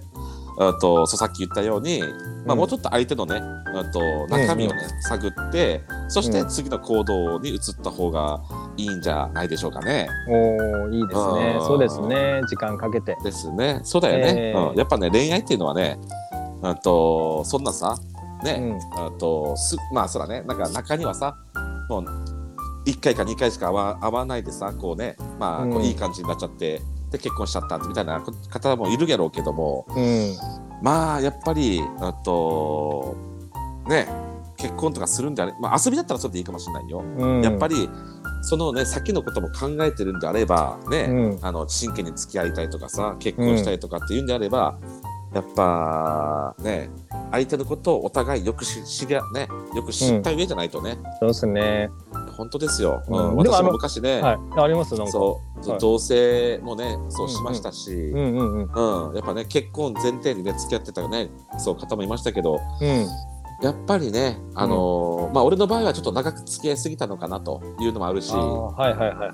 S2: あとそうさっき言ったように、まあ、もうちょっと相手のね、あと中身をね、探ってそして次の行動に移った方がいいんじゃないでしょうかね。
S1: おーいいですね
S2: う。ん
S1: そうですね。時間かけて。
S2: ですね。そうだよね。
S1: えー
S2: うん、やっぱね恋愛っていうのはね、あとそんなさね、あとすまあそうだね。なんか中にはさもう一回か二回しか会わ会わないでさこうねまあこ
S1: う
S2: うんいい感じになっちゃって、で結婚しちゃったみたいな方もいるやろうけども、
S1: うんうん
S2: まあやっぱりあとね結婚とかするんであれ、まあ遊びだったらそれでいいかもしれないよ。
S1: うん
S2: やっぱりそのね先のことも考えてるんであればね、
S1: うん
S2: あの真剣に付き合いたいとかさ結婚したいとかっていうんであれば、やっぱね相手のことをお互いよくし知りゃねよく知った上じゃないとね、
S1: そうですね。
S2: 本当ですよ、う
S1: うん
S2: ん
S1: でも
S2: 私
S1: あの
S2: も昔ね、
S1: はい。ありますなんか。
S2: そ
S1: は
S2: う
S1: い
S2: 同棲もねそうしましたし、
S1: うんうんうん
S2: うん、やっぱね結婚前提にね付き合ってたねそう方もいましたけど
S1: うん
S2: やっぱりねあのーまあ俺の場合はちょっと長く付き合いすぎたのかなというのもあるし
S1: あーはいはいはいは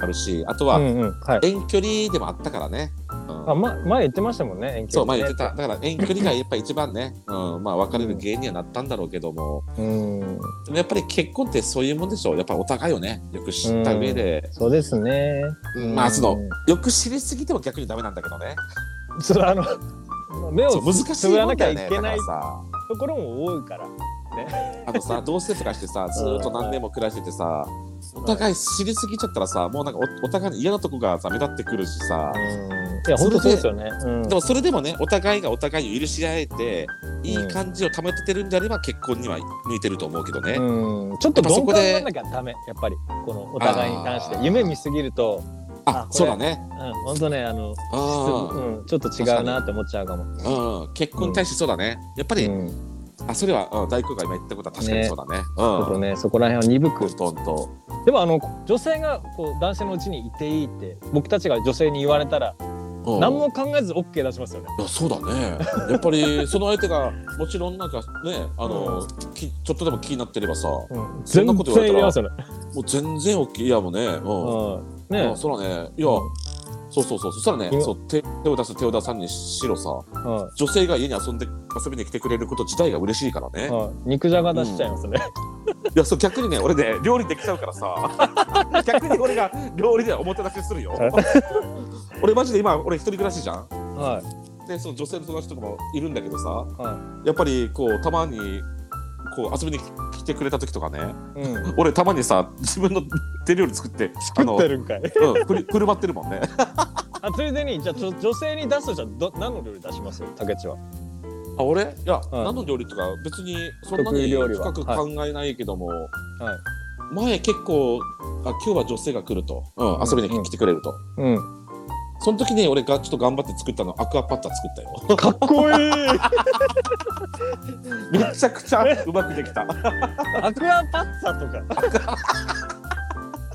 S2: あるしあと
S1: い。う
S2: は
S1: んうんはい。
S2: 遠距離でもあったからね、うん
S1: あ、ま、前言ってましたもんね、遠距離ね
S2: そう前言ってただから遠距離がやっぱ一番ね、うん、まあ別れる原因にはなったんだろうけども
S1: うん、
S2: でもやっぱり結婚ってそういうもんでしょやっぱお互いをねよく知った上で、
S1: そうですね。
S2: うんまあその
S1: うん
S2: よく知りすぎても逆にダメなんだけどね
S1: そうあの目
S2: そ
S1: を
S2: う難しい
S1: つぶらな
S2: も
S1: んき
S2: だ
S1: ゃ
S2: よ
S1: い
S2: ね
S1: け
S2: だか
S1: ない
S2: らさ
S1: ところも多いから。
S2: あとさ、同棲とかしてさ、ずーっと何年も暮らしててさ、お互い知りすぎちゃったらさ、もうなんかおお互いに嫌なとこがさ、目立ってくるしさ、
S1: うんいや本当そうですよね。うん
S2: でもそれでもね、お互いがお互いを許し合えて、い
S1: うん
S2: い感じを保ててるんであれば、結婚には向いてると思うけどね。
S1: うんちょっと鈍感になんなきゃダメやっぱりこのお互いに関し
S2: あ
S1: て
S2: ー
S1: 夢見すぎると、あ
S2: あ
S1: これ
S2: そうだね。
S1: うん、本当ねあの
S2: あ
S1: 質
S2: ー
S1: うん、ちょっと違うなって思っちゃうかも。
S2: うん、結婚に対してそうだね。やっぱり、
S1: うん、ち
S2: あそれは、うん、大工が今言ったことは確かにそうだね。う
S1: ょっと
S2: ん。
S1: ねそこら辺は鈍
S2: ほ
S1: く
S2: んとほんと
S1: でもあの女性がこう男性のうちにいていいって僕たちが女性に言われたら
S2: うん
S1: 何も考えず OK 出しますよね。
S2: いやそうだねやっぱりその相手がもちろんなんかねあの、きちょっとでも気になってればさも
S1: うん、
S2: そ
S1: 全
S2: んな
S1: 然
S2: こと言われた
S1: 言
S2: ら
S1: えますよね。
S2: う全然 OK いやもうねうん、
S1: うん、
S2: あ
S1: ね
S2: そらねいや、そうそうそうそしたらね
S1: 今
S2: そう手手を出す手を出さんにしろさ
S1: うん
S2: 女性が家に遊んで遊びに来てくれること自体が嬉しいからね、い
S1: うん、肉じゃが出しちゃいますね。
S2: やそう逆にね俺ね料理できちゃうか らさ逆に俺が料理ではおもてなしす るよ俺マジで今俺一人暮らしじゃん
S1: はい
S2: でその女性の友達とかもいるんだけどさ、
S1: は
S2: やっぱりこうたまにこう遊びに来てくれた時とかね
S1: い。うん。
S2: 俺たまにさ自分の手料理作ってあ
S1: 食っ
S2: の、う
S1: て
S2: ん、
S1: るんかい。
S2: ふり振る舞ってるもんね
S1: あついでにじゃあちょ女性に出すとしたらど何の料理出します？竹内は。
S2: あ俺いや、
S1: うん
S2: 何の料理とか別にそんな
S1: 得意
S2: に
S1: 料理は
S2: 深く考えないけども、
S1: はい
S2: 前結構あ今日は女性が来ると、うん
S1: うん
S2: 遊びに来てくれると、
S1: うん。
S2: その時に俺がちょっと頑張って作ったのアクアパッツァ 作ったよ
S1: かっこいい。
S2: めちゃくちゃうまくでき た
S1: アクアパッツァとか。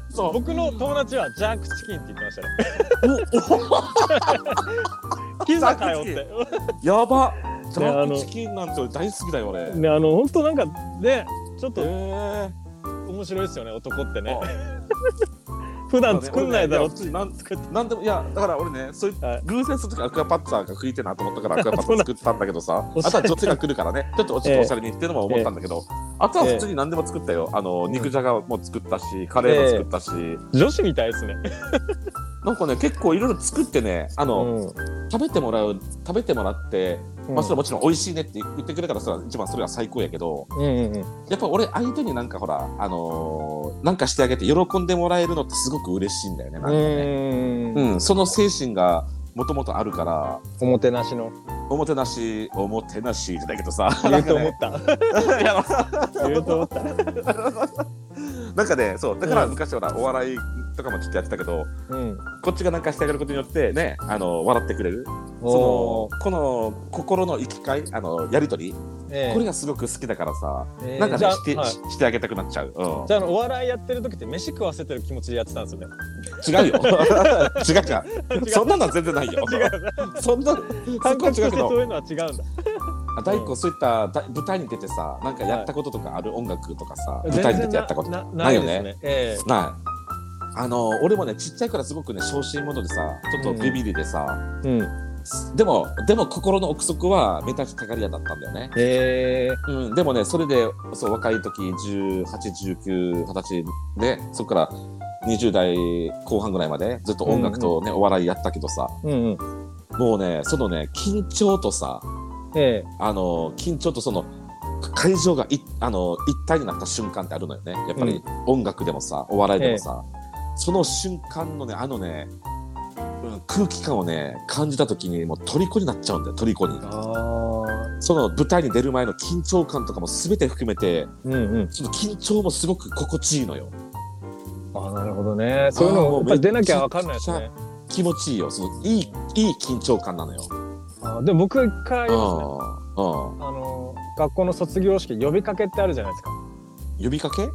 S2: そう
S1: 僕の友達はジャークチキンって言ってましたね。 ピザかよっ
S2: ジャ
S1: て。
S2: やばジャ
S1: あ
S2: ー
S1: の
S2: クチキンなんて俺大好きだよ俺、
S1: ねあの本当なんかねちょっ
S2: え
S1: と
S2: ー
S1: 面白いですよね男ってね。
S2: あ
S1: 普段作んないだろっ
S2: 普
S1: て。
S2: 通になんなんでもいやだから俺ねそういう
S1: はい
S2: 偶然その時アクアパッツァが食いてえなと思った からアクアパッツァ作ったんだけどさ
S1: お
S2: あ
S1: しゃれ
S2: とは女性が来るからねちょっとおちょっとおしゃれにっていうのも思ったんだけど、あとは普通に何でも作ったよあの
S1: ん
S2: 肉じゃがも作ったしカレーも作ったし、
S1: 女子みたいですね。
S2: なんかね結構いろいろ作ってねあの、
S1: ん。
S2: 食べてもらう食べてもらって、まあそれはもちろん美味しいねって言ってくれたらそれは一番それは最高やけど
S1: うんうんうん。
S2: やっぱ俺相手になんかほらあのーなんかしてあげて喜んでもらえるのってすごく嬉しいんだよねなんかね。
S1: うん
S2: うん、その精神がもともとあるから
S1: おもてなしの
S2: おもてなしおもてなしじゃないけ どさ
S1: 言うと思
S2: な
S1: っ
S2: ん
S1: た
S2: かねいや
S1: 言うと思った
S2: なんかねそうだから
S1: うん
S2: 昔ほら、お笑いとかもちょっとやってたけど
S1: うん
S2: こっちがなんかしてあげることによってねあの笑ってくれる
S1: お
S2: そのこの心の行き交いあのやり取り、
S1: ええ
S2: これがすごく好きだからさ、
S1: ええ
S2: なんか
S1: じゃ
S2: ね
S1: あ
S2: して,、
S1: はい
S2: してあげたくなっちゃう、うん
S1: じゃああのお笑いやってる時って飯食わせてる気持ちでやってたんですよね。
S2: 違うよ違うか
S1: 違う
S2: そんなのは全然ないよ
S1: 違うね。
S2: そんなそ
S1: 感
S2: こは
S1: 覚と
S2: 違
S1: し
S2: う
S1: て
S2: け
S1: そ
S2: ど
S1: ういうのは違うんだ。
S2: あ大工そういっただ舞台に出てさなんかやったこととかある、音楽とかさ舞台に出てやったこと
S1: な
S2: ないよね
S1: です。え
S2: ないあの俺もねちっちゃいからすごくね小心者でさちょっとビビりでさ、
S1: えうん。
S2: でもでも心の奥底は目立ちたがり屋だったんだよね、
S1: ええ
S2: うん、でもねそれでそう若い時1819二十歳でそこから20代後半ぐらいまでずっと音楽とね、お笑いやったけどさ
S1: うんうん。
S2: もうねそのね緊張とさ
S1: ええ
S2: あの緊張とその会場がいあの一体になった瞬間ってあるのよねやっぱ
S1: う
S2: り音楽でもさお笑いでもさ、その瞬間のねあのね、うん、空気感をね感じた時にもう虜になっちゃうんだよ虜に
S1: ああ。
S2: その舞台に出る前の緊張感とかも全て含めて
S1: うんうん。
S2: その緊張もすごく心地いいのよ
S1: ああなるほどね。そういうのもやっぱり出なきゃわかんないですね。
S2: 気持ちいいよそのいいいい緊張感なのよ、
S1: あーでも僕一回ありますね。
S2: うんうん
S1: あの学校の卒業式呼びかけってあるじゃないですか。
S2: 呼びかけ
S1: はい。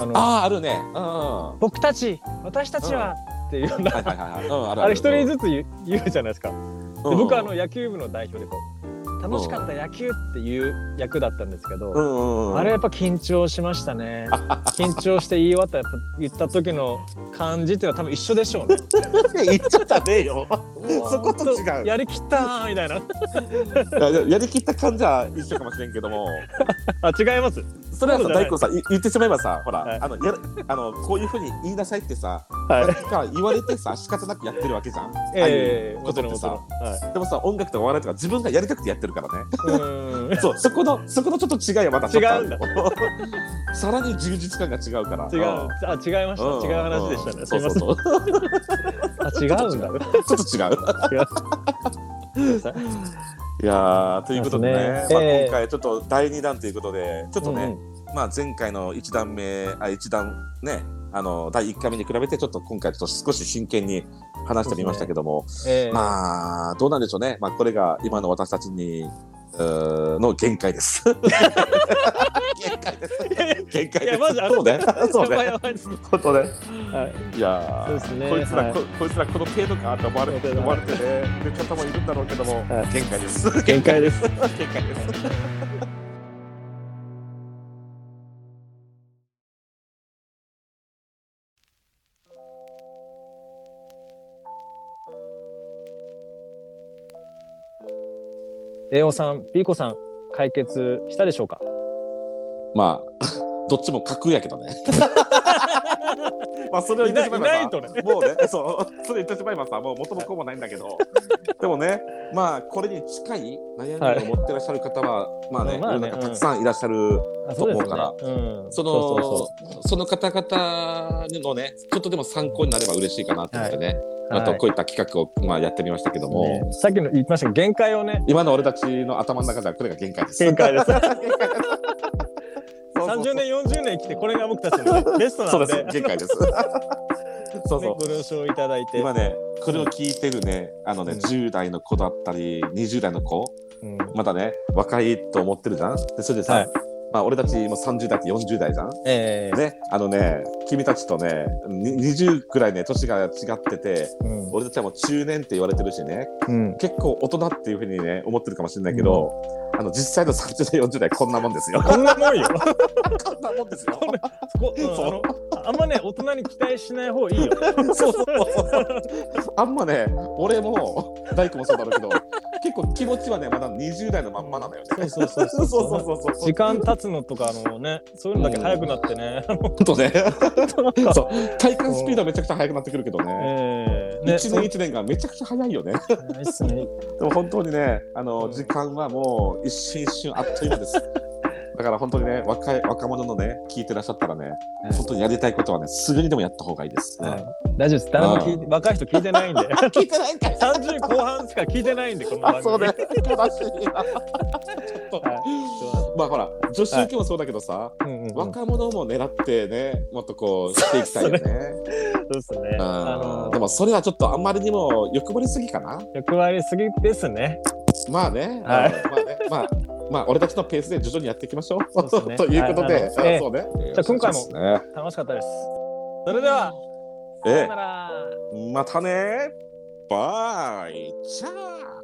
S1: あの
S2: あああるねうんうんうん
S1: 僕たち私たちはって いうような
S2: はいはいはいはい。うん、ある
S1: あれ一人
S2: ず
S1: ずつ言う言うじゃないですか。
S2: つ
S1: で僕はあの野球部の代表でこう楽しかった野球っていう役だったんですけど、
S2: うんうんうん、
S1: あれやっぱ緊張しました ね。緊張して言い終わったやっぱ言った時の感じっていうのは多分一緒でしょう ね。
S2: 言っちゃったねえ よ。そこと違う
S1: やりきったーみたいな。
S2: ややりきった感じは一緒かもしれんけども、
S1: あ違います。
S2: それはさ大根さんい言ってしまえばさ、ほら、
S1: はい
S2: あのやるあのこういうふうに言いなさいってさ、
S1: はい。
S2: から言われてさ仕方なくやってるわけじゃん。ああい
S1: ええ
S2: う
S1: も
S2: こ
S1: ち
S2: と
S1: ろ
S2: っ
S1: ん
S2: て
S1: もちろん。
S2: さ、
S1: はい。
S2: でもさ音楽とかお笑いとか自分がやりたくてやってるからね。
S1: うーん。
S2: そうそこの そこのちょっと違いはまたちょっとある
S1: 違うんだ。
S2: さらに充実感が違うから。
S1: 違う。あ違いま
S2: うん。
S1: した。違う話でした
S2: うん
S1: ね。す
S2: そ
S1: いうません。
S2: そうそう。
S1: あ違うんだ。
S2: ちょっと違う。
S1: 違う。ごめんなさい
S2: いやーということでね、
S1: そうですね
S2: まあ、
S1: ええ
S2: 今回ちょっと第2弾ということでちょっとね、
S1: うんうん
S2: まあ、前回の1弾目あ1弾ねあの第1回目に比べてちょっと今回ちょっと少し真剣に話してみましたけども、
S1: ええ
S2: まあどうなんでしょうね、まあ、これが今の私たちにうーの限界です 限界です限界
S1: い
S2: で
S1: や
S2: す
S1: マジあ
S2: そ うねそう
S1: やばい
S2: ね
S1: やばいです。は
S2: 本当ね
S1: い。
S2: いやー
S1: そうですね
S2: こいつら、
S1: はい
S2: ここいつらこの程度かと思われて思われてねって方もいるんだろうけども、
S1: はい
S2: 限界です
S1: 限界です
S2: 限界です
S1: 英語さん、ピーコさん、解決したでしょうか。
S2: まあ、どっちも架空やけどね。まあ、それを言ってしまえば
S1: いな
S2: さ
S1: いいないとね
S2: もうね、そう、それ言ってしまえばさ、もう元も子もないんだけど。でもね、まあ、これに近い悩みを持ってらっしゃる方は、まあね、
S1: まあね
S2: 世の中たくさんいらっしゃる。
S1: あ、そうですよ
S2: と
S1: ね。うん。
S2: その
S1: う
S2: その方々のね、ちょっとでも参考になれば嬉しいかなと思ってね、
S1: う
S2: あとこういった企画を、まあ、やってみましたけども。
S1: ねさっきの言いましたけど限界をね。
S2: 今の俺たちの頭の中ではこれが 限界です。
S1: 限界です。
S2: そうそうそう
S1: 三十年、四十年生きて、これが僕たち のベストな
S2: そ
S1: ん
S2: う
S1: で。
S2: です。限界 です。そう
S1: ね
S2: そう
S1: ご。了承いただいて。
S2: 今ねこれを聞いてるねあのね、
S1: うん
S2: 10代の子だったり20代の子
S1: うん
S2: まだね若いと思ってるじゃんでそれでさ、
S1: はい
S2: まあ、俺たちも30代って40代じゃん
S1: ええ。
S2: ねあのね君たちとねに20くらいね年が違ってて
S1: うん
S2: 俺たちはもう中年って言われてるしね
S1: うん。
S2: 結構大人っていうふうにね思ってるかもしれないけど、あの実際の30代40代こんなもんですよ
S1: こんなもんよ。
S2: こんなもんですよ
S1: そこ、うん
S2: そう
S1: あのあんまね、大人に期待しない方がいいよ。
S2: そうそうそうあんまね俺も大工もそうだろうけど結構気持ちはねまだ20代のまんまなのよね
S1: そうそうそう
S2: そう
S1: そう。
S2: そうそうそう。
S1: 時間経つのとか、あのね、そういうのだけ早くなってね。
S2: とね。そう。体感スピードはめちゃくちゃ速くなってくるけどね。
S1: ええ。ね、
S2: 一年一年がめちゃくちゃ速いよね。
S1: ないっすね。
S2: でも本当にね、あ
S1: う
S2: の
S1: ん
S2: 時間はもう一瞬一瞬あっという間です。だから本当にね、若い若者のね、聞いてらっしゃったらね、本当にやりたいことはね、すぐにでもやった方がいいです。
S1: はい大丈夫です。誰も聞いて、若い人聞いてないんで。
S2: 聞いてないんかい。
S1: 三十後半しか聞いてないんで、この番組。
S2: あ、そうね。正しいな。ちょっと。
S1: は
S2: まあほら、女子受けもそうだけどさ、
S1: い。うんうんうん
S2: 若者も狙って ね、もっとこうしていきたいよね。
S1: そうですね。あ
S2: あ
S1: の
S2: でもそれはちょっとあんまりにも欲張りすぎかな
S1: 欲張りすぎですね。
S2: まあね、
S1: はい
S2: うんまあね、まあ、まあ俺たちのペースで徐々にやっていきましょう。
S1: そうですね
S2: ということ
S1: はい
S2: で、
S1: あ
S2: あ
S1: のええ
S2: そうね。
S1: じゃあ今回も
S2: そうですね
S1: 楽しかったです。それでは、
S2: え
S1: さよなら。
S2: えまたね。バイ。チャー。